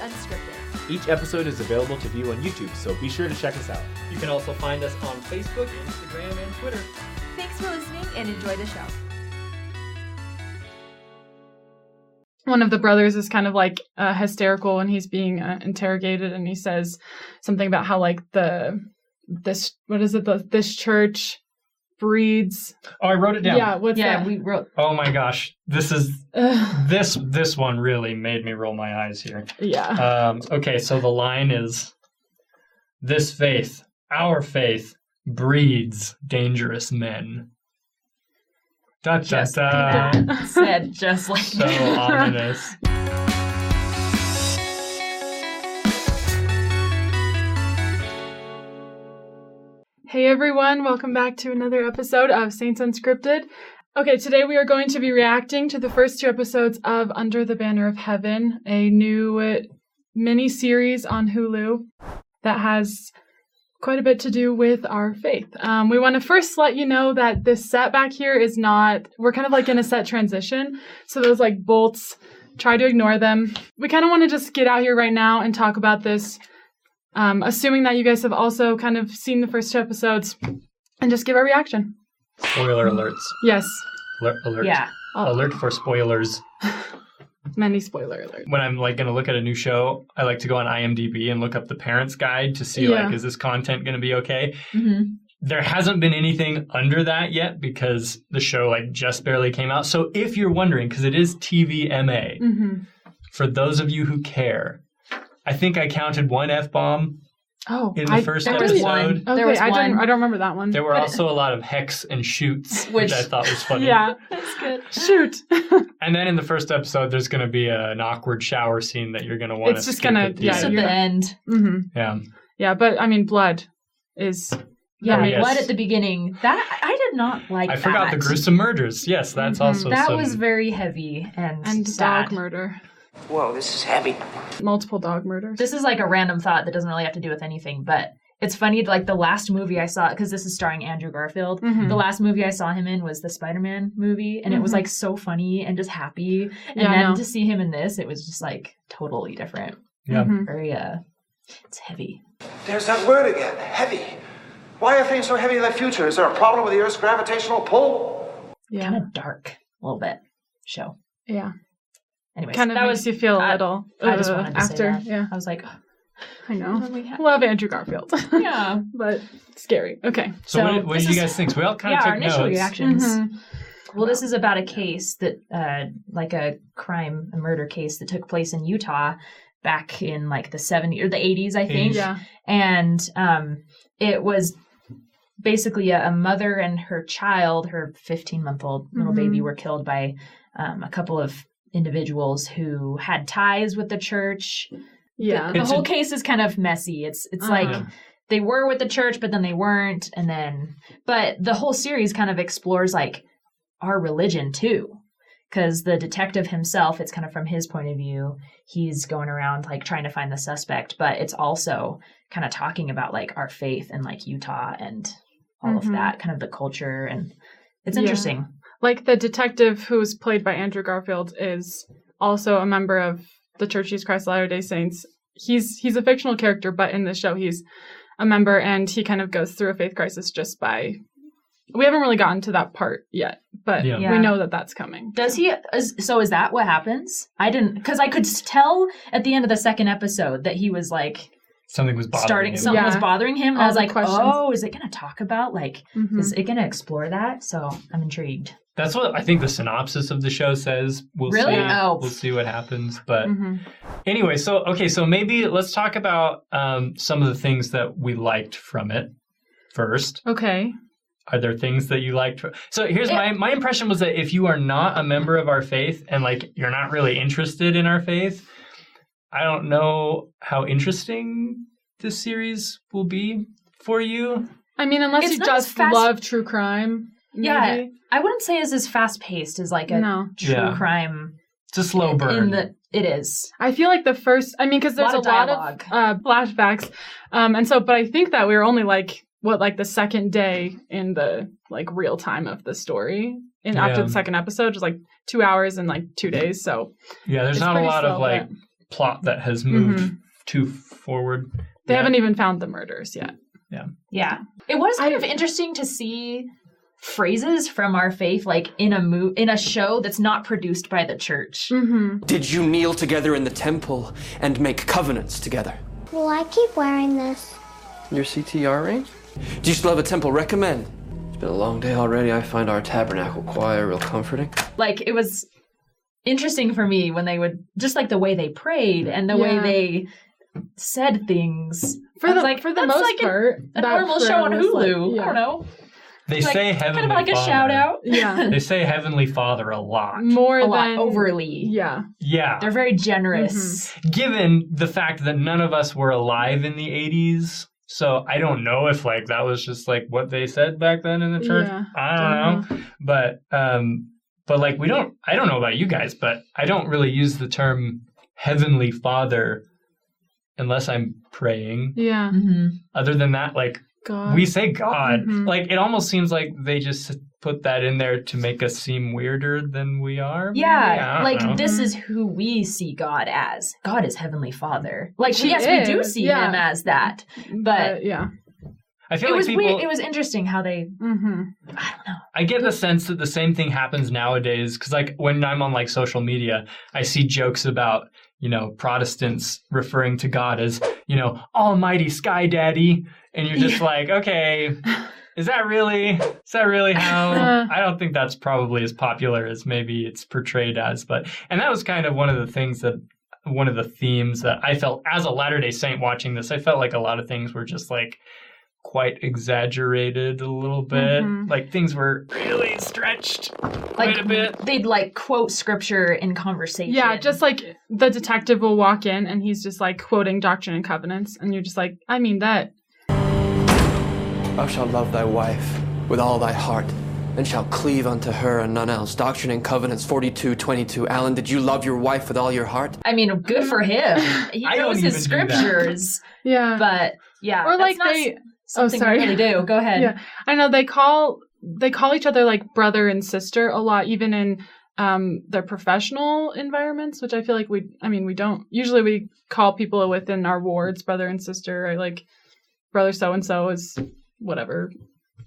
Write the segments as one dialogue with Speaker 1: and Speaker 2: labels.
Speaker 1: Unscripted.
Speaker 2: Each episode is available to view on YouTube, so be sure to check us out.
Speaker 3: You can also find us on Facebook, Instagram, and Twitter.
Speaker 1: Thanks for listening and enjoy the show.
Speaker 4: one of the brothers is kind of like uh, hysterical and he's being uh, interrogated and he says something about how like the this what is it the, this church breeds
Speaker 5: Oh, I wrote it down.
Speaker 4: yeah what's
Speaker 6: yeah,
Speaker 4: that
Speaker 6: we wrote.
Speaker 5: Oh my gosh, this is
Speaker 4: Ugh,
Speaker 5: this this one really made me roll my eyes here.
Speaker 4: yeah
Speaker 5: Um, okay, so the line is, "This faith, our faith, breeds dangerous men." Da da
Speaker 6: Just
Speaker 5: da.
Speaker 6: like that. Said just like
Speaker 5: So ominous.
Speaker 4: hey everyone welcome back to another episode of saints unscripted okay today we are going to be reacting to the first two episodes of under the banner of heaven a new uh, mini series on hulu that has quite a bit to do with our faith. Um, we want to first let you know that this setback here is not, we're kind of like in a set transition. So those like bolts, try to ignore them. We kind of want to just get out here right now and talk about this, um, assuming that you guys have also kind of seen the first two episodes and just give our reaction.
Speaker 5: Spoiler alerts.
Speaker 4: Yes, Uh,
Speaker 5: Alert. alert.
Speaker 6: yeah.
Speaker 5: Alert for spoilers.
Speaker 4: many spoiler alert.
Speaker 5: When I'm like gonna look at a new show, I like to go on IMDb and look up the parents' guide to see
Speaker 4: Yeah.
Speaker 5: like is this content gonna be okay.
Speaker 4: Mm-hmm.
Speaker 6: hmm
Speaker 5: there hasn't been anything under that yet because the show like just barely came out. So if you're wondering, because it is TVMA,
Speaker 4: hmm
Speaker 5: for those of you who care, I think I counted one f bomb
Speaker 4: Oh,
Speaker 5: in the
Speaker 4: I-
Speaker 5: first
Speaker 4: I
Speaker 6: there was
Speaker 4: really-
Speaker 6: one.
Speaker 5: episode.
Speaker 4: Okay,
Speaker 6: There was
Speaker 4: I don't.
Speaker 6: one.
Speaker 4: I don't remember that one.
Speaker 5: There were also a lot of hex and shoots, which,
Speaker 6: Which-
Speaker 5: I thought was funny.
Speaker 4: yeah,
Speaker 6: That's good.
Speaker 4: shoot.
Speaker 5: And then in the first episode, there's going to be an awkward shower scene that you're going to want.
Speaker 4: It's just gonna- Yeah,
Speaker 6: Just at
Speaker 4: you're-
Speaker 6: the end.
Speaker 4: hmm
Speaker 5: yeah.
Speaker 4: Yeah, but I mean, blood is.
Speaker 6: Yeah,
Speaker 5: Oh, yes.
Speaker 6: blood at the beginning. That I did not like.
Speaker 5: I forgot
Speaker 6: that. Mm-hmm.
Speaker 5: the gruesome murders. Yes, that's
Speaker 4: Mhm.
Speaker 5: also
Speaker 6: That
Speaker 5: some-
Speaker 6: was very heavy and,
Speaker 4: and
Speaker 6: sad.
Speaker 4: dog murder.
Speaker 7: Whoa, this is heavy.
Speaker 4: Multiple dog murders.
Speaker 6: This is like a random thought that doesn't really have to do with anything, but it's funny. Like the last movie I saw, because this is starring Andrew Garfield.
Speaker 4: Mhm.
Speaker 6: The last movie I saw him in was the Spider-Man movie, and it was
Speaker 4: Mhm.
Speaker 6: like so funny and just happy. And
Speaker 4: Yeah, I
Speaker 6: then
Speaker 4: know.
Speaker 6: to see him in this, it was just like totally different.
Speaker 5: Yeah.
Speaker 4: Mhm.
Speaker 6: Very uh, it's heavy.
Speaker 8: There's that word again, heavy. Why are things so heavy in the future? Is there a problem with the Earth's gravitational pull?
Speaker 4: Yeah,
Speaker 6: Kind of dark, a little bit. Show.
Speaker 4: yeah.
Speaker 6: Anyways,
Speaker 4: Kind of
Speaker 6: that
Speaker 4: makes
Speaker 6: was.
Speaker 4: you feel a
Speaker 6: I-
Speaker 4: little.
Speaker 6: I just
Speaker 4: uh,
Speaker 6: wanted to say
Speaker 4: after.
Speaker 6: that.
Speaker 4: Yeah,
Speaker 6: I was like,
Speaker 4: I know.
Speaker 6: we had-
Speaker 4: Love Andrew Garfield,
Speaker 6: yeah.
Speaker 4: but scary. Okay.
Speaker 5: So,
Speaker 6: So
Speaker 5: what, did- what
Speaker 6: this
Speaker 5: did you
Speaker 6: is-
Speaker 5: guys think? So we all kind
Speaker 6: yeah,
Speaker 5: of
Speaker 6: our
Speaker 5: took
Speaker 6: initial
Speaker 5: notes.
Speaker 6: reactions.
Speaker 4: Mm-hmm.
Speaker 6: Well, this is about a case that, uh, like a crime, a murder case that took place in Utah back in like the 70s or the 80s, I think.
Speaker 4: Yeah.
Speaker 6: And um, it was basically a, a mother and her child, her 15 month old little
Speaker 4: Mhm.
Speaker 6: baby, were killed by um, a couple of individuals who had ties with the church.
Speaker 4: Yeah.
Speaker 6: The, the
Speaker 5: It's
Speaker 6: whole
Speaker 5: a-
Speaker 6: case is kind of messy. It's it's
Speaker 4: Uh-huh.
Speaker 6: like
Speaker 5: Yeah.
Speaker 6: they were with the church but then they weren't and then but the whole series kind of explores like our religion too because the detective himself it's kind of from his point of view he's going around like trying to find the suspect but it's also kind of talking about like our faith and like utah and all
Speaker 4: Mhm.
Speaker 6: of that kind of the culture and it's
Speaker 4: Yeah.
Speaker 6: interesting
Speaker 4: Like the detective who's played by Andrew Garfield is also a member of the Church of Jesus Christ of Latter-day Saints. He's he's a fictional character, but in the show he's a member, and he kind of goes through a faith crisis just by. We haven't really gotten to that part yet, but
Speaker 5: Yeah.
Speaker 4: we
Speaker 6: Yeah.
Speaker 4: know that that's coming.
Speaker 6: does he is, so is that what happens i didn't because i could s- tell at the end of the second episode that he was like
Speaker 5: Something was bothering
Speaker 6: starting
Speaker 5: him.
Speaker 6: something was
Speaker 4: Yeah.
Speaker 6: bothering him and i
Speaker 4: All
Speaker 6: was
Speaker 4: the
Speaker 6: like
Speaker 4: questions.
Speaker 6: oh is it going to talk about like
Speaker 4: Mhm.
Speaker 6: is it going to explore that so i'm intrigued
Speaker 5: That's what I think the synopsis of the show says. We'll
Speaker 6: Really?
Speaker 5: See.
Speaker 6: Oh. Mm.
Speaker 5: We'll see what happens. But
Speaker 4: Mhm.
Speaker 5: anyway, so okay, so maybe let's talk about um, some of the things that we liked from it first.
Speaker 4: Okay.
Speaker 5: Are there things that you liked? fr- So here's my my impression was that if you are not a member of our faith and like you're not really interested in our faith, I don't know how interesting this series will be for you.
Speaker 4: I mean, unless
Speaker 6: It's
Speaker 4: you
Speaker 6: not as
Speaker 4: just
Speaker 6: fast-
Speaker 4: love true crime. Maybe.
Speaker 6: Yeah, i wouldn't say it's as fast-paced as like a
Speaker 4: no.
Speaker 6: true
Speaker 5: Yeah.
Speaker 6: crime
Speaker 5: It's a slow burn.
Speaker 6: in the it is
Speaker 4: I feel like the first, I mean, because there's a
Speaker 6: Lot of
Speaker 4: lot of,
Speaker 6: dialogue.
Speaker 4: uh, flashbacks. Um, and so, but I think that we were only like, what, like the second day in the like real time of the story. And after
Speaker 5: Yeah.
Speaker 4: the second episode, just like two hours and like two days. So
Speaker 5: yeah, there's
Speaker 4: it's
Speaker 5: not a
Speaker 4: pretty
Speaker 5: lot
Speaker 4: slow,
Speaker 5: of like plot that has moved
Speaker 6: Mm-hmm.
Speaker 4: Mhm.
Speaker 5: too forward.
Speaker 4: They
Speaker 5: Yeah.
Speaker 4: haven't even found the murders yet.
Speaker 6: Yeah. It was kind
Speaker 4: I-
Speaker 6: of interesting to see phrases from our faith like in a mo- in a show that's not produced by the church.
Speaker 4: Mm-hmm.
Speaker 7: Did you kneel together in the temple and make covenants together?
Speaker 9: Will I keep wearing this?
Speaker 7: Your CTR ring? Do you still have a temple recommend? It's been a long day already. I find our tabernacle choir real comforting.
Speaker 6: Like it was interesting for me when they would just like the way they prayed and the
Speaker 4: Yeah.
Speaker 6: way they said things.
Speaker 4: For
Speaker 6: I was
Speaker 4: the
Speaker 6: like,
Speaker 4: for the
Speaker 6: that's
Speaker 4: most
Speaker 6: like a-
Speaker 4: part,
Speaker 6: A
Speaker 4: that
Speaker 6: normal
Speaker 4: prayer
Speaker 6: show on
Speaker 4: was like-
Speaker 6: Hulu. I
Speaker 4: yeah.
Speaker 6: don't know.
Speaker 5: They
Speaker 6: Like,
Speaker 5: say
Speaker 6: kind
Speaker 5: heavenly
Speaker 6: of like a
Speaker 5: Father.
Speaker 6: shout out.
Speaker 4: Yeah,
Speaker 5: They say heavenly father a lot.
Speaker 4: more
Speaker 6: A lot
Speaker 4: than
Speaker 6: overly.
Speaker 4: Yeah,
Speaker 5: Yeah.
Speaker 6: Mm. They're very generous.
Speaker 4: Mm-hmm.
Speaker 5: given the fact that none of us were alive in the 80s so i don't know if like that was just like what they said back then in the church
Speaker 4: Yeah,
Speaker 5: i don't, know. but um but like we don't i don't know about you guys but i don't really use the term heavenly father unless i'm praying
Speaker 4: yeah.
Speaker 6: hmm
Speaker 5: other than that like
Speaker 4: God,
Speaker 6: Um,
Speaker 5: we say god
Speaker 6: mm-hmm.
Speaker 4: Mhm.
Speaker 5: like it almost seems like they just put that in there to make us seem weirder than we are maybe? I
Speaker 6: Yeah,
Speaker 5: don't
Speaker 6: like
Speaker 5: know.
Speaker 4: Mm-hmm.
Speaker 6: this is who we see God as. God is Heavenly Father. Like
Speaker 4: He
Speaker 6: yes, we do
Speaker 4: is,
Speaker 6: see
Speaker 4: yeah.
Speaker 6: him as that. But
Speaker 4: but yeah.
Speaker 5: i feel
Speaker 6: it
Speaker 5: like
Speaker 6: was
Speaker 5: people
Speaker 6: weird. It was interesting how they.
Speaker 4: Mm-hmm.
Speaker 5: I get the sense that the same thing happens nowadays because, like, when I'm on like social media, I see jokes about you know Protestants referring to God as you know Almighty Sky Daddy, and you're just like, okay, is that really? Is that really how? I don't think that's probably as popular as maybe it's portrayed as, but and that was kind of one of the things that one of the themes that I felt as a Latter Day Saint watching this, I felt like a lot of things were just like quite exaggerated a little bit.
Speaker 4: Mhm.
Speaker 5: Like things were really stretched quite
Speaker 6: Like
Speaker 5: a bit.
Speaker 6: they'd like quote scripture in conversation.
Speaker 4: Yeah, just like the detective will walk in and he's just like quoting Doctrine and Covenants, and you're just like, I mean that.
Speaker 7: Thou shalt love thy wife with all thy heart, and shalt cleave unto her and none else. Doctrine and Covenants 42:22. Alan, did you love your wife with all your heart?
Speaker 6: I mean, good for him. He
Speaker 5: I don't
Speaker 6: knows his
Speaker 5: even do that.
Speaker 6: scriptures,
Speaker 4: Yeah,
Speaker 6: but yeah,
Speaker 4: or
Speaker 6: that's
Speaker 4: like
Speaker 6: not
Speaker 4: they. Oh,
Speaker 6: something
Speaker 4: sorry.
Speaker 6: we really do. Go ahead.
Speaker 4: Yeah. I know they call they call each other like brother and sister a lot, even in um their professional environments, which I feel like we I mean we don't usually we call people within our wards brother and sister or like brother so and so is whatever.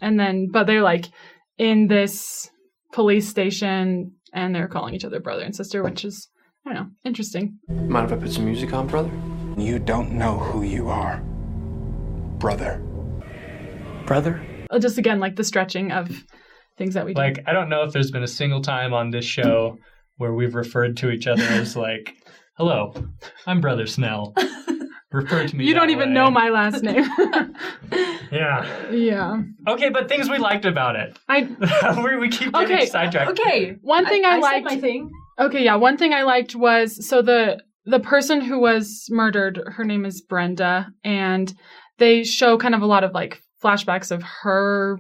Speaker 4: And then but they're like in this police station and they're calling each other brother and sister, which is I don't know, interesting.
Speaker 7: Mind if I put some music on, brother?
Speaker 10: You don't know who you are, brother.
Speaker 7: Brother?
Speaker 4: Uh, Just again like the stretching of things that we do.
Speaker 5: Like I don't know if there's been a single time on this show where we've referred to each other as like, "Hello, I'm Brother Snell." Refer to me.
Speaker 4: you don't
Speaker 5: that
Speaker 4: even
Speaker 5: way.
Speaker 4: know my last name.
Speaker 5: Yeah.
Speaker 4: yeah.
Speaker 5: Okay, but things we liked about it.
Speaker 4: I
Speaker 5: we, we keep getting
Speaker 4: Okay,
Speaker 5: sidetracked.
Speaker 6: Okay.
Speaker 4: One thing I,
Speaker 6: said
Speaker 4: liked.
Speaker 6: my thing.
Speaker 4: okay, yeah. One thing I liked was so the the person who was murdered. Her name is Brenda, and they show kind of a lot of like flashbacks of her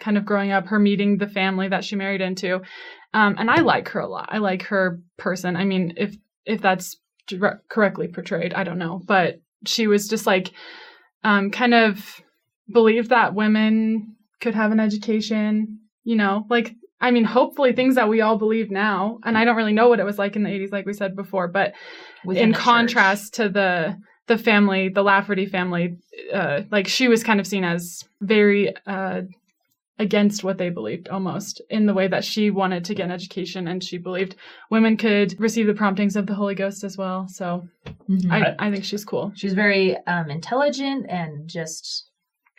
Speaker 4: kind of growing up, her meeting the family that she married into. Um, and I like her a lot. I like her person. I mean, if if that's dir- correctly portrayed, I don't know, but she was just like um, kind of believed that women could have an education. You know, like I mean, hopefully things that we all believe now. And I don't really know what it was like in the 80s, like we said before, but
Speaker 6: Within
Speaker 4: in
Speaker 6: the church.
Speaker 4: contrast to the the family, the Lafferty family, uh, like she was kind of seen as very uh, against what they believed almost in the way that she wanted to get an education and she believed women could receive the promptings of the Holy Ghost as well. So
Speaker 6: Mhm.
Speaker 4: I, I think she's cool.
Speaker 6: She was very um, intelligent and just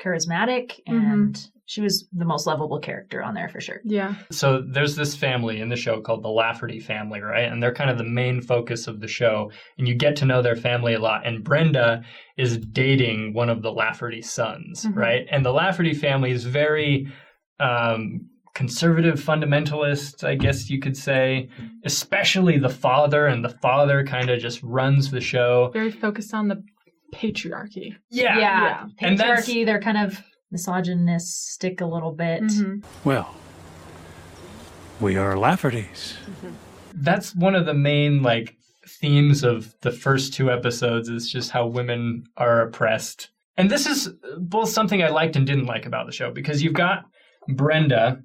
Speaker 6: charismatic,
Speaker 4: Mm-hmm.
Speaker 6: and she was the most lovable character on there for sure.
Speaker 4: Yeah.
Speaker 5: So there's this family in the show called the Lafferty family, right? And they're kind of the main focus of the show. And you get to know their family a lot. And Brenda is dating one of the Lafferty sons,
Speaker 4: Mhm.
Speaker 5: right? And the Lafferty family is very um, conservative, fundamentalist, I guess you could say, especially the father. And the father kind of just runs the show.
Speaker 4: Very focused on the patriarchy.
Speaker 5: Yeah.
Speaker 6: Patriarchy,
Speaker 5: And that's-
Speaker 6: they're kind of misogynistic a little bit.
Speaker 4: Mhm.
Speaker 10: Well, we are Lafferty's.
Speaker 5: that's one of the main like themes of the first two episodes is just how women are oppressed. And this is both something I liked and didn't like about the show because you've got Brenda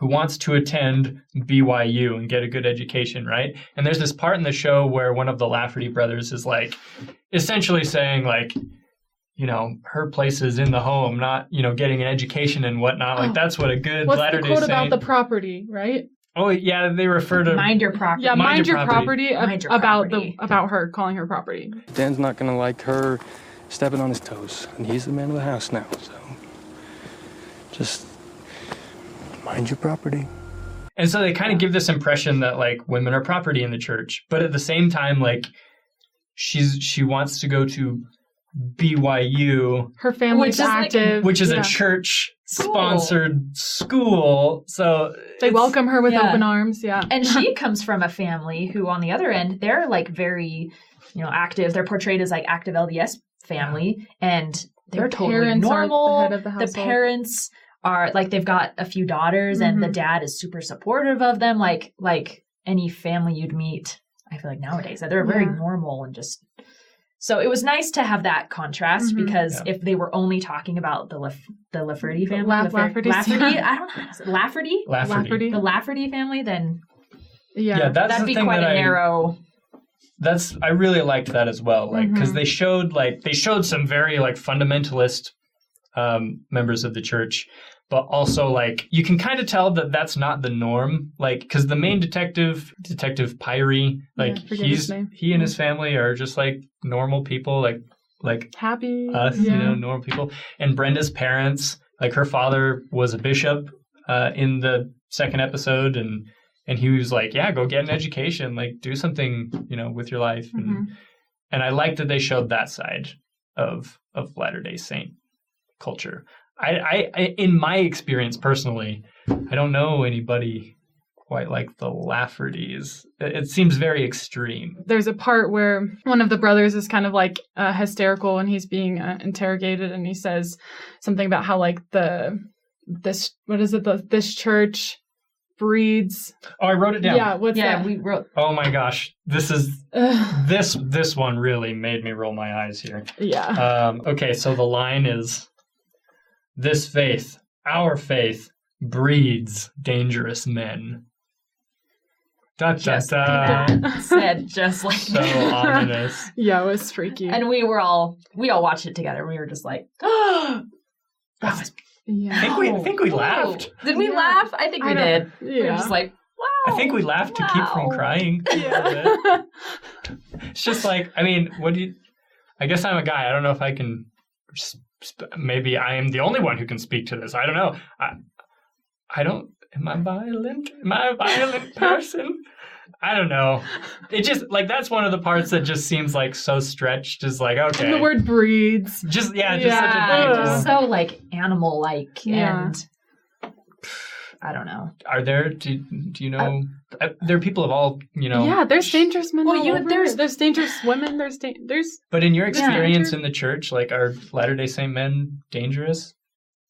Speaker 5: who wants to attend BYU and get a good education, right? And there's this part in the show where one of the Lafferty brothers is like essentially saying like you know her place is in the home not you know getting an education and whatnot like
Speaker 4: Oh.
Speaker 5: that's what a good
Speaker 4: What's
Speaker 5: latter
Speaker 4: the
Speaker 5: day
Speaker 4: quote
Speaker 5: saint
Speaker 4: about the property, right?
Speaker 5: oh yeah they refer to
Speaker 6: Mind your property.
Speaker 4: Yeah,
Speaker 5: Mind
Speaker 4: mind,
Speaker 5: your
Speaker 4: your
Speaker 5: property.
Speaker 4: property, ab-
Speaker 6: Mind your
Speaker 4: about
Speaker 6: property.
Speaker 4: the about her calling her property.
Speaker 10: Dan's not gonna like her stepping on his toes, and he's the man of the house now, so. Just mind your property.
Speaker 5: And so they kind of give this impression that like women are property in the church, but at the same time, like she's she wants to go to BYU,
Speaker 4: Her family's
Speaker 6: Which is like-
Speaker 4: active,
Speaker 5: which is
Speaker 4: yeah.
Speaker 5: a church sponsored school. So
Speaker 4: They
Speaker 5: it's-
Speaker 4: welcome her with
Speaker 6: yeah.
Speaker 4: open arms. Yeah,
Speaker 6: And she comes from a family who, on the other end, they're like very, you know, active. They're portrayed as like active LDS family, and they're
Speaker 4: Their
Speaker 6: totally
Speaker 4: parents aren't the
Speaker 6: normal.
Speaker 4: head of the household.
Speaker 6: parents are like they've got a few daughters, and the
Speaker 4: Mhm.
Speaker 6: dad is super supportive of them, like like any family you'd meet. I feel like nowadays that they're very
Speaker 4: Yeah.
Speaker 6: normal and just. So it was nice to have that contrast
Speaker 4: Mhm.
Speaker 6: because if they were only talking about the Laf- the Lafferty family,
Speaker 4: La-
Speaker 6: Laffer-
Speaker 4: Lafferty,
Speaker 6: Lafferty,
Speaker 4: yeah.
Speaker 6: I don't know, is it Lafferty,
Speaker 5: Lafferty.
Speaker 4: Lafferty.
Speaker 6: the Lafferty family, then
Speaker 4: yeah.
Speaker 5: Yeah, that's
Speaker 6: That'd
Speaker 5: the
Speaker 6: be
Speaker 5: thing
Speaker 6: quite
Speaker 5: that
Speaker 6: a
Speaker 5: I-
Speaker 6: narrow.
Speaker 5: that's I really liked that as well. Like because
Speaker 4: Mhm.
Speaker 5: they showed like they showed some very like fundamentalist um, members of the church, but also like you can kind of tell that that's not the norm. Like because the main detective, Detective Pyrie,
Speaker 4: Yeah, I
Speaker 5: like
Speaker 4: forget his
Speaker 5: he's
Speaker 4: name. Mm-hmm.
Speaker 5: he and his family are just like normal people, like like
Speaker 4: happy.
Speaker 5: us,
Speaker 4: yeah.
Speaker 5: you know, normal people. And Brenda's parents, like her father was a bishop uh, in the second episode, and and he was like, yeah, go get an education, like do something, you know, with your life. And
Speaker 4: Mm-hmm.
Speaker 5: and I like that they showed that side of of Latter Day Saint culture. I, I, I in my experience personally, I don't know anybody quite like the Laffertys. It, it seems very extreme.
Speaker 4: there's a part where one of the brothers is kind of like uh, hysterical and he's being uh, interrogated and he says something about how like the this what is it the this church breeds
Speaker 5: Oh, I wrote it
Speaker 4: yeah,
Speaker 5: down.
Speaker 4: what's
Speaker 6: Yeah,
Speaker 4: that
Speaker 6: we wrote.
Speaker 5: Oh my gosh, this is
Speaker 4: Ugh,
Speaker 5: this this one really made me roll my eyes here.
Speaker 4: yeah
Speaker 5: Um, okay, so the line is this faith, our faith, breeds dangerous men. Da, da,
Speaker 6: Just
Speaker 5: da.
Speaker 6: like that.
Speaker 5: Uh,
Speaker 6: Said just like
Speaker 5: So ominous.
Speaker 4: yeah it was freaky
Speaker 6: And we were all we all watched it together. We were just like, oh, that was.
Speaker 5: I
Speaker 4: yeah
Speaker 5: think we I think we
Speaker 6: Whoa."
Speaker 5: laughed.
Speaker 6: Did we
Speaker 4: Yeah.
Speaker 6: laugh? I think we
Speaker 4: I don't-
Speaker 6: did. We were
Speaker 4: yeah
Speaker 6: just like, wow.
Speaker 5: I think we laughed to keep from
Speaker 6: wow."
Speaker 5: crying. a little bit.
Speaker 4: yeah.
Speaker 5: It's just like I mean, what do you? I guess I'm a guy. I don't know if I can. Sp- sp- maybe I am the only one who can speak to this. I don't know. I, I don't. Am I violent? Am I a violent person? I don't know. It just like that's one of the parts that just seems like so stretched. Is like okay,
Speaker 4: the word breeds
Speaker 5: just yeah, just
Speaker 4: Yeah,
Speaker 5: such a
Speaker 6: Yeah,
Speaker 5: big-
Speaker 6: just so like animal like
Speaker 4: Yeah.
Speaker 6: and. I don't know.
Speaker 5: Are there? Do, do you know? uh, there are people of all you know.
Speaker 4: yeah there's dangerous men
Speaker 6: Well,
Speaker 4: all
Speaker 6: you-
Speaker 4: over.
Speaker 6: there's-
Speaker 4: there's dangerous women there's da- there's
Speaker 5: But in your
Speaker 4: Yeah.
Speaker 5: experience in the church, like are Latter Day Saint men dangerous?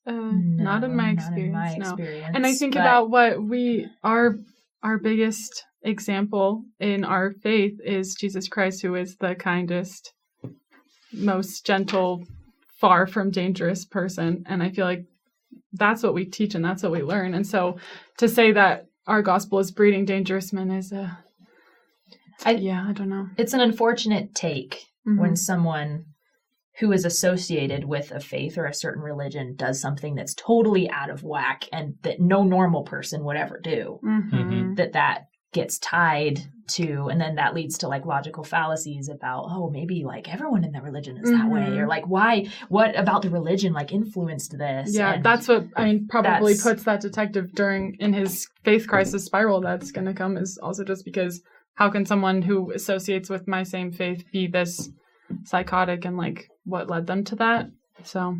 Speaker 4: uh, not in
Speaker 6: No,
Speaker 4: my experience
Speaker 6: my
Speaker 4: no
Speaker 6: experience,
Speaker 4: and I think
Speaker 6: but-
Speaker 4: about what we our our biggest example in our faith is Jesus Christ, who is the kindest, most gentle, far from dangerous person. And I feel like that's what we teach and that's what we learn. And so to say that our gospel is breeding dangerous men is a
Speaker 6: I-
Speaker 4: yeah, I don't know.
Speaker 6: it's an unfortunate take when
Speaker 4: Mhm.
Speaker 6: someone who is associated with a faith or a certain religion does something that's totally out of whack and that no normal person would ever do
Speaker 4: Mhm.
Speaker 5: Mhm.
Speaker 6: that that gets tied to and then that leads to like logical fallacies about oh maybe like everyone in that religion is that way
Speaker 4: Mhm.
Speaker 6: or like why what about the religion like influenced this
Speaker 4: Yeah,
Speaker 6: And-
Speaker 4: that's what I mean. Probably
Speaker 6: that's-
Speaker 4: puts that detective during in his faith crisis spiral that's going to come is also just because how can someone who associates with my same faith be this psychotic and like what led them to that? So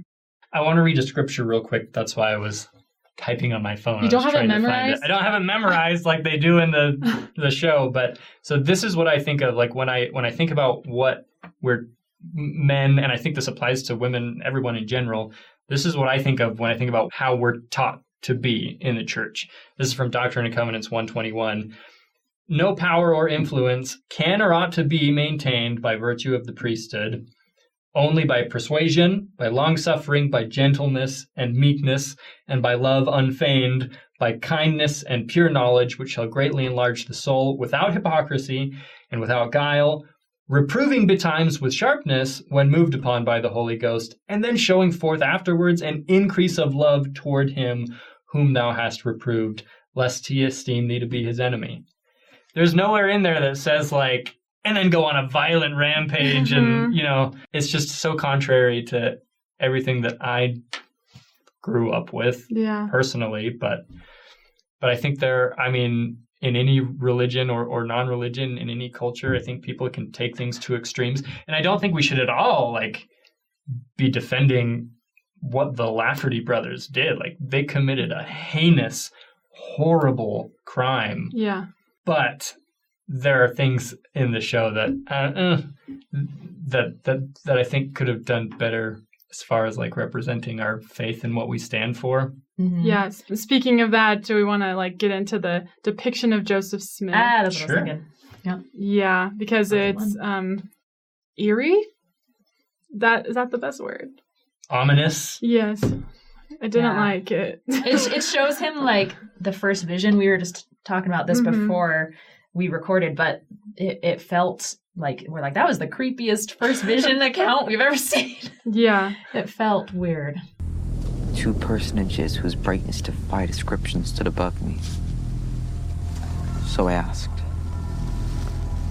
Speaker 5: I want to read a scripture real quick. That's why I was typing on my phone. I
Speaker 4: You don't
Speaker 5: was
Speaker 4: have it
Speaker 5: trying to find
Speaker 4: memorized?
Speaker 5: I don't have it memorized like they do in the the show. But so this is what I think of like when I when I think about what we're men, and I think this applies to women, everyone in general. This is what I think of when I think about how we're taught to be in the church. This is from Doctrine and Covenants one twenty one. No power or influence can or ought to be maintained by virtue of the priesthood only by persuasion, by long suffering, by gentleness and meekness, and by love unfeigned, by kindness and pure knowledge, which shall greatly enlarge the soul, without hypocrisy and without guile, reproving betimes with sharpness when moved upon by the Holy Ghost, and then showing forth afterwards an increase of love toward him whom thou hast reproved, lest he esteem thee to be his enemy. There's nowhere in there that says, like, and then go on a violent rampage, and, you know, it's just so contrary to everything that I grew up with
Speaker 4: Yeah.
Speaker 5: personally, but but I think there I mean in any religion or, or non-religion in any culture, I think people can take things to extremes. And I don't think we should at all like be defending what the Lafferty brothers did. Like they committed a heinous, horrible crime.
Speaker 4: Yeah.
Speaker 5: But there are things in the show that uh, uh, that that that I think could have done better as far as like representing our faith and what we stand for.
Speaker 6: Mhm.
Speaker 4: Yeah. s- Speaking of that, do we want to like get into the depiction of Joseph Smith?
Speaker 6: Ah, that's what I
Speaker 5: Sure.
Speaker 6: was thinking.
Speaker 4: yeah, because
Speaker 6: That's the
Speaker 4: it's um eerie. That is that the best word?
Speaker 5: Ominous.
Speaker 4: Yes. I didn't
Speaker 6: Yeah.
Speaker 4: like it.
Speaker 6: It, it shows him like the first vision. We were just talking about this
Speaker 4: Mhm.
Speaker 6: before we recorded, but it, it felt like we're like that was the creepiest first vision account we've ever seen.
Speaker 4: yeah.
Speaker 6: It felt weird.
Speaker 11: two personages whose brightness defied description stood above me. So I asked,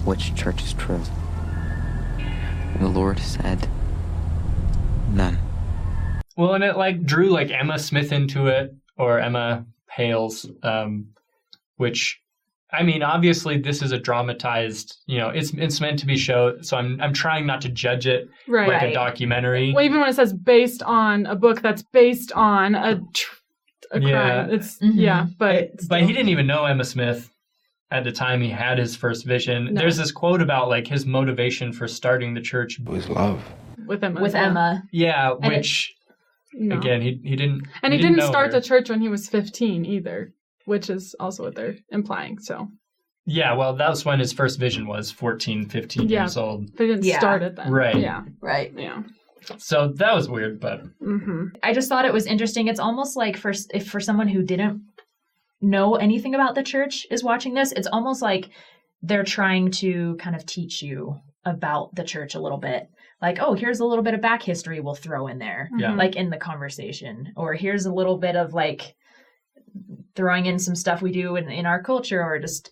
Speaker 11: Which church is true? And the Lord said, None.
Speaker 5: Well, and it like drew like Emma Smith into it or Emma Hales, um, which I mean, obviously this is a dramatized, you know, it's it's meant to be show, so I'm I'm trying not to judge it
Speaker 4: Right.
Speaker 5: like a
Speaker 6: Right.
Speaker 5: documentary.
Speaker 4: Well, even when it says based on a book that's based on a tr- a crime,
Speaker 5: Yeah.
Speaker 4: it's
Speaker 6: Mhm.
Speaker 4: yeah, but
Speaker 5: but he didn't even know Emma Smith at the time he had his first vision.
Speaker 4: No.
Speaker 5: There's this quote about like his motivation for starting the church.
Speaker 10: It was love.
Speaker 4: with Emma,
Speaker 6: With
Speaker 4: yeah.
Speaker 6: Emma,
Speaker 5: Yeah,
Speaker 6: it-
Speaker 5: which
Speaker 4: no.
Speaker 5: again he he didn't
Speaker 4: and he, didn't,
Speaker 5: know
Speaker 4: start
Speaker 5: her.
Speaker 4: the church when he was fifteen either, which is also what they're implying. So
Speaker 5: Yeah, well, that was when his first vision was 14, 15
Speaker 4: Yeah.
Speaker 5: years old.
Speaker 4: they didn't
Speaker 6: Yeah.
Speaker 4: start it then,
Speaker 5: Right.
Speaker 4: Yeah,
Speaker 6: right?
Speaker 4: yeah,
Speaker 5: So that was weird, but
Speaker 4: mm-hmm.
Speaker 6: I just thought it was interesting. It's almost like for s- if for someone who didn't know anything about the church is watching this, it's almost like they're trying to kind of teach you about the church a little bit. Like, oh, here's a little bit of back history we'll throw in there,
Speaker 4: Mm-hmm.
Speaker 5: Yeah.
Speaker 6: like in the conversation, or here's a little bit of like throwing in some stuff we do in, in our culture, or just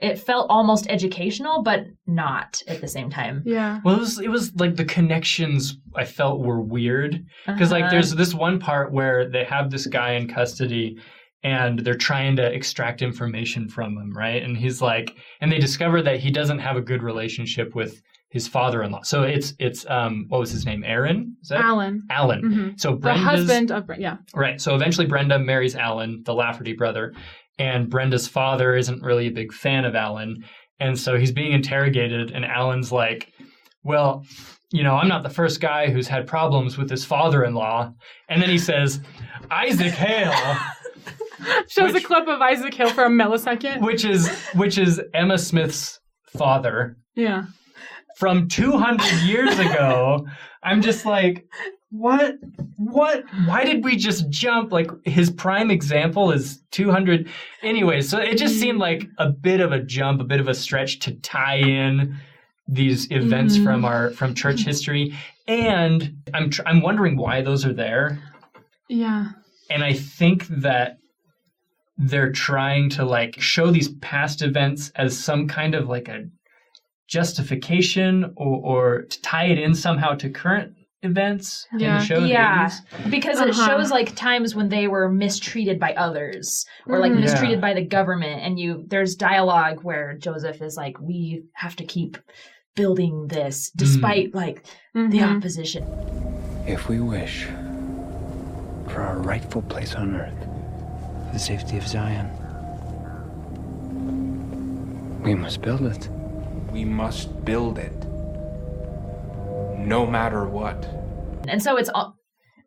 Speaker 6: it felt almost educational, but not at the same time.
Speaker 4: yeah,
Speaker 5: Well, it was, it was like the connections I felt were weird because like
Speaker 4: Uh-huh.
Speaker 5: there's this one part where they have this guy in custody and they're trying to extract information from him, right? And he's like, and they discover that he doesn't have a good relationship with his father-in-law. So it's it's um what was his name? Aaron? Is that
Speaker 4: Alan,
Speaker 5: Alan?
Speaker 4: hmm
Speaker 5: So
Speaker 4: the
Speaker 5: Brenda's
Speaker 4: husband of Bre- yeah,
Speaker 5: Right. So eventually Brenda marries Alan, the Lafferty brother, and Brenda's father isn't really a big fan of Alan. And so he's being interrogated, and Alan's like, Well, you know, I'm not the first guy who's had problems with his father in law. And then he says, Isaac Hale,
Speaker 4: shows
Speaker 5: Which-
Speaker 4: a clip of Isaac Hill for a millisecond.
Speaker 5: which is which is Emma Smith's father
Speaker 4: yeah,
Speaker 5: from 200 years ago. I'm just like, what? What? Why did we just jump? Like, his prime example is 200. Anyway, so it just seemed like a bit of a jump, a bit of a stretch to tie in these events
Speaker 4: Mhm.
Speaker 5: from our from church history and i'm tr- i'm wondering why those are there
Speaker 4: yeah,
Speaker 5: and I think that they're trying to like show these past events as some kind of like a justification or, or to tie it in somehow to current events in
Speaker 4: Yeah.
Speaker 5: the show. in the
Speaker 6: Yeah.
Speaker 5: 80s.
Speaker 6: because it
Speaker 4: Uh-huh.
Speaker 6: shows like times when they were mistreated by others or like
Speaker 4: Mm. Yeah.
Speaker 6: mistreated by the government and you there's dialogue where joseph is like we have to keep building
Speaker 4: Mm.
Speaker 6: this despite like the
Speaker 4: Mhm.
Speaker 6: opposition
Speaker 10: If we wish for our rightful place on earth,
Speaker 11: For the safety of Zion.
Speaker 10: we must build it. We must build it. No matter what.
Speaker 6: and so it's all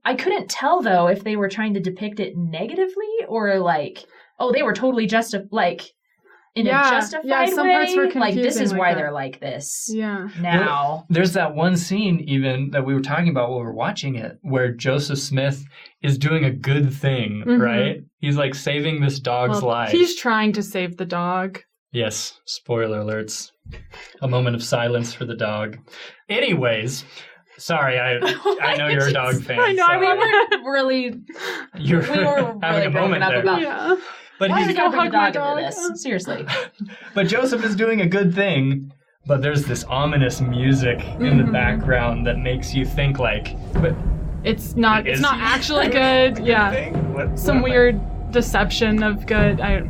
Speaker 6: i couldn't tell though if they were trying to depict it negatively or like oh they were totally just like in
Speaker 4: Yeah,
Speaker 6: a
Speaker 4: yeah,
Speaker 6: justified
Speaker 4: some
Speaker 6: way.
Speaker 4: parts were
Speaker 6: like this
Speaker 4: confusing
Speaker 6: is
Speaker 4: like
Speaker 6: why
Speaker 4: that.
Speaker 6: they're like this
Speaker 4: Yeah.
Speaker 6: now.
Speaker 5: There's that one scene even that we were talking about while we were watching it, where Joseph Smith is doing a good thing,
Speaker 4: Mhm.
Speaker 5: right? He's like saving this dog's
Speaker 4: Well,
Speaker 5: life.
Speaker 4: He's trying to save the dog.
Speaker 5: Yes, spoiler alerts. A moment of silence for the dog. Anyways, sorry, I
Speaker 6: Oh
Speaker 5: I know you're a dog fan.
Speaker 4: I know, I
Speaker 5: sorry.
Speaker 6: We were really,
Speaker 5: You're
Speaker 6: we were
Speaker 5: having
Speaker 6: really
Speaker 5: a
Speaker 6: broken
Speaker 5: moment
Speaker 6: up
Speaker 5: there.
Speaker 6: about.
Speaker 4: Yeah.
Speaker 5: But
Speaker 6: Why
Speaker 5: he's-
Speaker 6: are we gonna bring the
Speaker 4: hug my
Speaker 6: dog, into
Speaker 4: dog?
Speaker 6: this? Seriously,
Speaker 5: But Joseph is doing a good thing, but there's this ominous music in the
Speaker 6: Mm-hmm.
Speaker 4: Mhm.
Speaker 5: background that makes you think like, but
Speaker 4: It's not.
Speaker 5: Is
Speaker 4: It's not
Speaker 5: he
Speaker 4: actually good. yeah.
Speaker 5: thing? What-
Speaker 4: Some
Speaker 5: what am I-
Speaker 4: weird deception of good. I.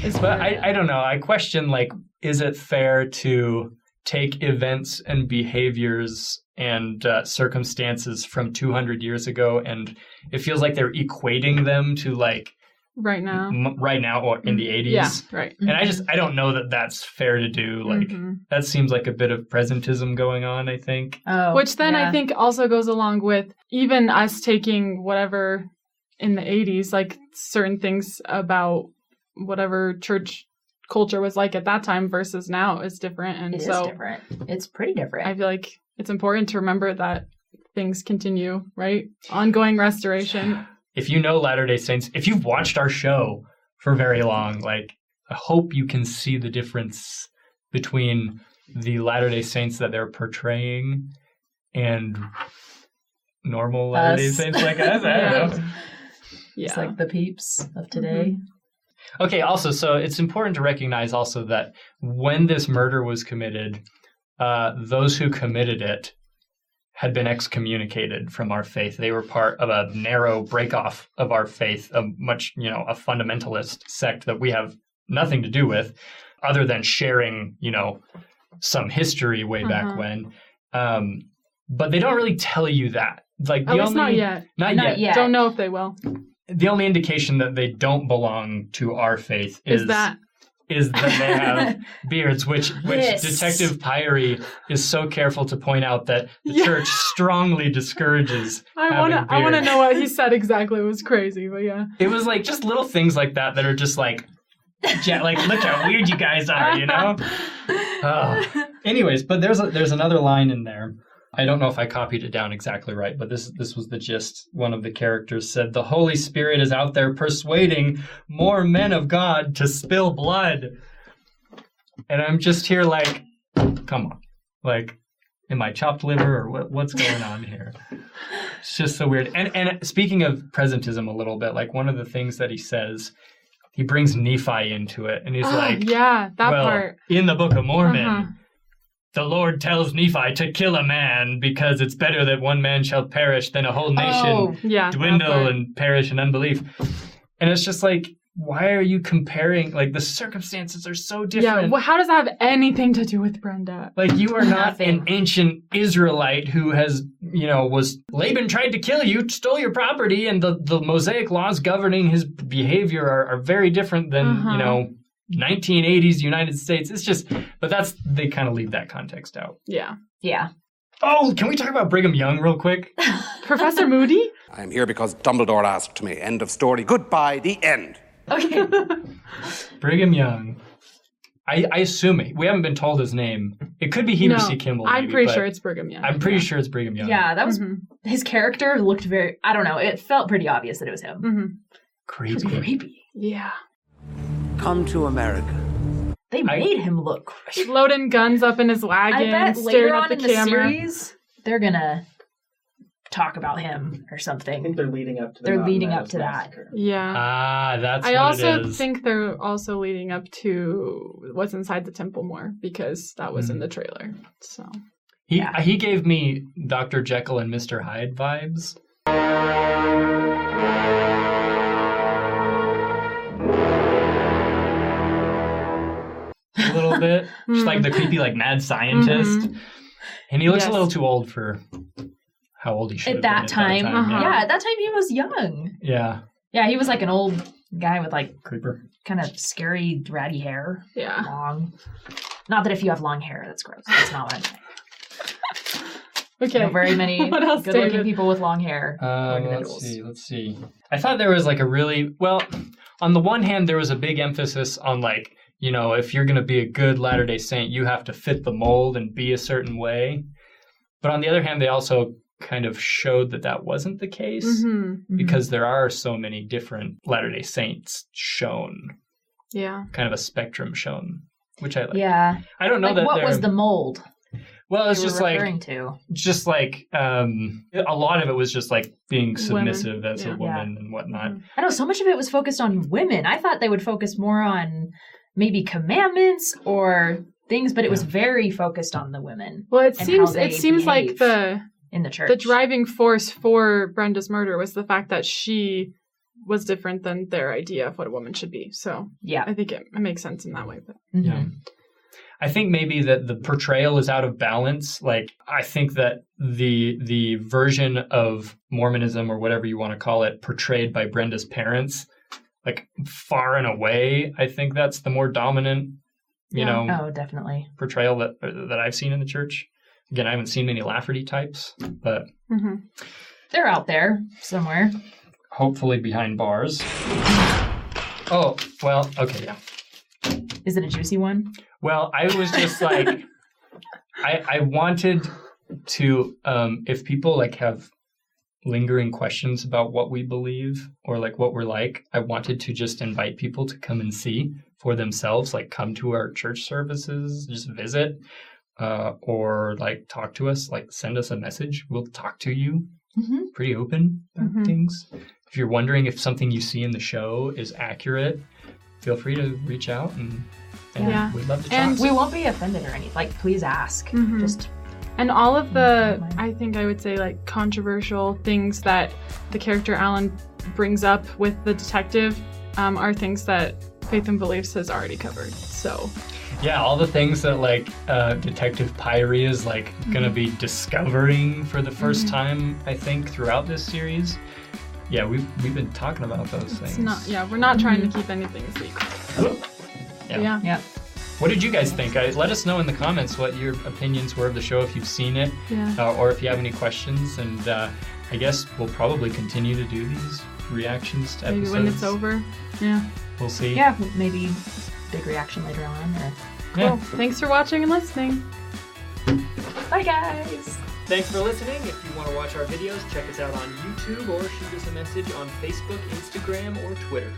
Speaker 4: It's
Speaker 5: But
Speaker 4: weird.
Speaker 5: I, I don't know. I question like, is it fair to take events and behaviors and uh, circumstances from 200 years ago, and it feels like they're equating them to like
Speaker 4: right now. Mm-hmm.
Speaker 5: m- right now or in the 80s.
Speaker 4: Yeah. Right.
Speaker 5: And I just I don't know that that's fair to do. Like
Speaker 4: Mhm.
Speaker 5: that seems like a bit of presentism going on. I think.
Speaker 6: oh,
Speaker 4: Which then
Speaker 6: yeah.
Speaker 4: I think also goes along with even us taking whatever in the 80s, like certain things about whatever church culture was like at that time versus now is different. And
Speaker 6: it is
Speaker 4: so
Speaker 6: different. It's pretty different.
Speaker 4: I feel like it's important to remember that things continue, right? Ongoing restoration.
Speaker 5: If you know Latter Day Saints, if you've watched our show for very long, like I hope you can see the difference between the Latter Day Saints that they're portraying and normal Latter Day
Speaker 6: Us.
Speaker 5: Saints like us. I don't know.
Speaker 4: Yeah. Mm-hmm.
Speaker 6: It's like the peeps of today.
Speaker 5: Okay, also, so it's important to recognize also that when this murder was committed, uh, those who committed it had been excommunicated from our faith. They were part of a narrow breakoff of our faith, a much, you know, a fundamentalist sect that we have nothing to do with other than sharing, you know, some history way
Speaker 4: Uh-huh.
Speaker 5: back when. Um, but they don't really tell you that. Like the
Speaker 4: At least
Speaker 5: only
Speaker 4: Oh, not yet.
Speaker 5: Not,
Speaker 6: Not
Speaker 5: yet.
Speaker 6: yet.
Speaker 4: Don't know if they will.
Speaker 5: The only indication that they don't belong to our faith
Speaker 4: Is, that
Speaker 5: is that they have beards, which which
Speaker 6: Yes.
Speaker 5: Detective Pyrie is so careful to point out that the
Speaker 4: Yeah.
Speaker 5: church strongly discourages.
Speaker 4: I wanna
Speaker 5: having
Speaker 4: I wanna
Speaker 5: beards.
Speaker 4: know what he said exactly. It was crazy, but yeah.
Speaker 5: It was like just little things like that that are just like, ja- like look how weird you guys are, you know. Oh. Anyways, but there's a, there's another line in there. I don't know if I copied it down exactly right, but this this was the gist. One of the characters said, "The Holy Spirit is out there persuading more men of God to spill blood," and I'm just here like, "Come on, like, am I chopped liver or what, what's going on here?" It's just so weird. And and speaking of presentism a little bit, like one of the things that he says, he brings Nephi into it, and he's
Speaker 4: Ah,
Speaker 5: like,
Speaker 4: yeah, that
Speaker 5: well,
Speaker 4: part.
Speaker 5: in the Book of Mormon,
Speaker 4: Uh-huh.
Speaker 5: the Lord tells Nephi to kill a man because it's better that one man shall perish than a whole
Speaker 6: Oh,
Speaker 5: nation
Speaker 4: Yeah. that
Speaker 5: dwindle
Speaker 4: part.
Speaker 5: and perish in unbelief. And it's just like, why are you comparing? Like, the circumstances are so different.
Speaker 4: Yeah, well, how does that have anything to do with Brenda?
Speaker 5: Like you are not
Speaker 6: Nothing.
Speaker 5: an ancient Israelite who has, you know, was Laban tried to kill you, stole your property, and the, the Mosaic laws governing his behavior are, are very different than,
Speaker 4: Uh-huh.
Speaker 5: you know, 1980s United States. It's just, but that's, they kind of leave that context out.
Speaker 4: Yeah.
Speaker 6: yeah.
Speaker 5: Oh, can we talk about Brigham Young real quick?
Speaker 4: Professor Moody?
Speaker 12: I'm here because Dumbledore asked me. End of story. Goodbye, the end.
Speaker 6: Okay.
Speaker 5: Brigham Young. I, I assume it. We haven't been told his name. It could be Heber C. Kimball.
Speaker 4: I'm
Speaker 5: maybe,
Speaker 4: pretty
Speaker 5: but
Speaker 4: sure it's Brigham Young.
Speaker 5: I'm pretty sure it's Brigham Young.
Speaker 6: Yeah, that was
Speaker 4: Mhm.
Speaker 6: Mm-hmm. his character looked very. I don't know. It felt pretty obvious that it was him.
Speaker 4: Mhm.
Speaker 6: It was
Speaker 5: Creepy.
Speaker 6: creepy.
Speaker 4: Yeah.
Speaker 12: Come to America.
Speaker 6: They
Speaker 5: I-
Speaker 6: made him look. creepy.
Speaker 4: Loading guns up in his
Speaker 6: I
Speaker 4: wagon,
Speaker 6: bet
Speaker 4: staring
Speaker 6: later
Speaker 4: at
Speaker 6: on
Speaker 4: the
Speaker 6: in the
Speaker 4: camera.
Speaker 6: series they're gonna talk about him or
Speaker 3: I think
Speaker 6: something.
Speaker 3: they're leading up to. The
Speaker 6: They're
Speaker 3: Mountain
Speaker 6: leading up
Speaker 3: Meadows
Speaker 6: to that.
Speaker 3: massacre.
Speaker 4: yeah.
Speaker 5: Ah, that's
Speaker 4: I
Speaker 5: what
Speaker 4: also
Speaker 5: it is.
Speaker 4: think they're also leading up to what's inside the temple more because that was
Speaker 5: Mm.
Speaker 4: in the trailer. So
Speaker 5: He
Speaker 6: Yeah.
Speaker 5: he gave me Dr. Jekyll and Mr. Hyde vibes. A little bit. Just like the creepy like mad
Speaker 4: Mm-hmm.
Speaker 5: scientist.
Speaker 6: Mm-hmm.
Speaker 5: And he looks
Speaker 4: Yes.
Speaker 5: a little too old for how old he should
Speaker 6: At
Speaker 5: have
Speaker 6: that
Speaker 5: been
Speaker 6: time,
Speaker 5: at that
Speaker 4: uh-huh.
Speaker 5: time.
Speaker 6: yeah, at that time he was young.
Speaker 5: Yeah. yeah.
Speaker 6: Yeah, he was like an old guy with like
Speaker 5: Creeper.
Speaker 6: kind of scary, ratty hair,
Speaker 4: yeah.
Speaker 6: long. Not that if you have long hair, that's gross. That's not what I'm saying.
Speaker 4: Okay.
Speaker 6: You know, very many
Speaker 4: What else,
Speaker 6: good-looking
Speaker 4: David?
Speaker 6: people with long hair. are
Speaker 5: Um, let's
Speaker 6: individuals.
Speaker 5: see. Let's see. I thought there was like a really well. On the one hand, there was a big emphasis on like you know, if you're going to be a good Latter day Saint, you have to fit the mold and be a certain way. But on the other hand, they also kind of showed that that wasn't the case
Speaker 6: Mm-hmm.
Speaker 4: Mhm, mhm.
Speaker 5: because there are so many different Latter day Saints shown,
Speaker 4: Yeah.
Speaker 5: kind of a spectrum shown, which I like.
Speaker 6: yeah.
Speaker 5: I don't know
Speaker 6: Like,
Speaker 5: that
Speaker 6: what
Speaker 5: they're-
Speaker 6: was the mold?
Speaker 5: Well, it's
Speaker 6: you were
Speaker 5: just like
Speaker 6: referring to?
Speaker 5: just like um, a lot of it was just like being submissive as
Speaker 6: Yeah.
Speaker 5: a woman and whatnot.
Speaker 6: I know so much of it was focused on women. I thought they would focus more on maybe commandments or things, but it was very focused on the women.
Speaker 4: Well, it
Speaker 6: and
Speaker 4: seems
Speaker 6: how they
Speaker 4: it seems like
Speaker 6: behave
Speaker 4: the
Speaker 6: in the church.
Speaker 4: the driving force for Brenda's murder was the fact that she was different than their idea of what a woman should be. So
Speaker 6: yeah, Mm-hmm.
Speaker 4: I think it, it makes sense in that way. But
Speaker 5: Yeah. I think maybe that the portrayal is out of balance. Like I think that the the version of Mormonism or whatever you want to call it portrayed by Brenda's parents, like far and away, I think that's the more dominant, you
Speaker 6: Yeah.
Speaker 5: know,
Speaker 6: oh, definitely.
Speaker 5: portrayal that that I've seen in the church. Again, I haven't seen many Lafferty types, but
Speaker 6: They're out there somewhere.
Speaker 5: hopefully behind bars. Oh, well, okay, yeah.
Speaker 6: Is it a juicy one?
Speaker 5: Well, I was just like, I I wanted to um, if people like have lingering questions about what we believe or like what we're like, I wanted to just invite people to come and see for themselves, like come to our church services, just visit, uh, or like talk to us, like send us a message. We'll talk to you.
Speaker 6: Mhm.
Speaker 5: Pretty open about things. If you're wondering if something you see in the show is accurate, feel free to reach out and, and
Speaker 4: Yeah.
Speaker 5: we'd love to talk.
Speaker 4: And-
Speaker 6: we won't be offended or anything. Like, please ask.
Speaker 4: Mhm.
Speaker 6: Just
Speaker 4: And all of the, I think I would say, like controversial things that the character Alan brings up with the detective um, are things that Faith and Beliefs has already covered. So,
Speaker 5: Yeah, all the things that like uh, Detective Pyrie is like
Speaker 4: Mm-hmm.
Speaker 5: gonna be discovering for the 1st
Speaker 4: Mhm.
Speaker 5: time, I think, throughout this series. Yeah, we've we've been talking about those things.
Speaker 4: it's not, yeah, we're not trying to keep anything secret.
Speaker 5: Yeah.
Speaker 4: Yeah.
Speaker 6: Oh. Yeah.
Speaker 5: What did you guys think? I, let us know in the comments what your opinions were of the show if you've seen it,
Speaker 4: Yeah.
Speaker 5: uh, or if you have any questions. And uh, I guess we'll probably continue to do these reactions to
Speaker 4: Maybe
Speaker 5: episodes.
Speaker 4: when it's over. Yeah.
Speaker 5: We'll see.
Speaker 6: yeah, maybe big reaction later on. Or...
Speaker 4: Cool. Thanks for watching and listening.
Speaker 6: Bye, guys.
Speaker 3: Thanks for listening. If you want to watch our videos, check us out on YouTube or shoot us a message on Facebook, Instagram, or Twitter.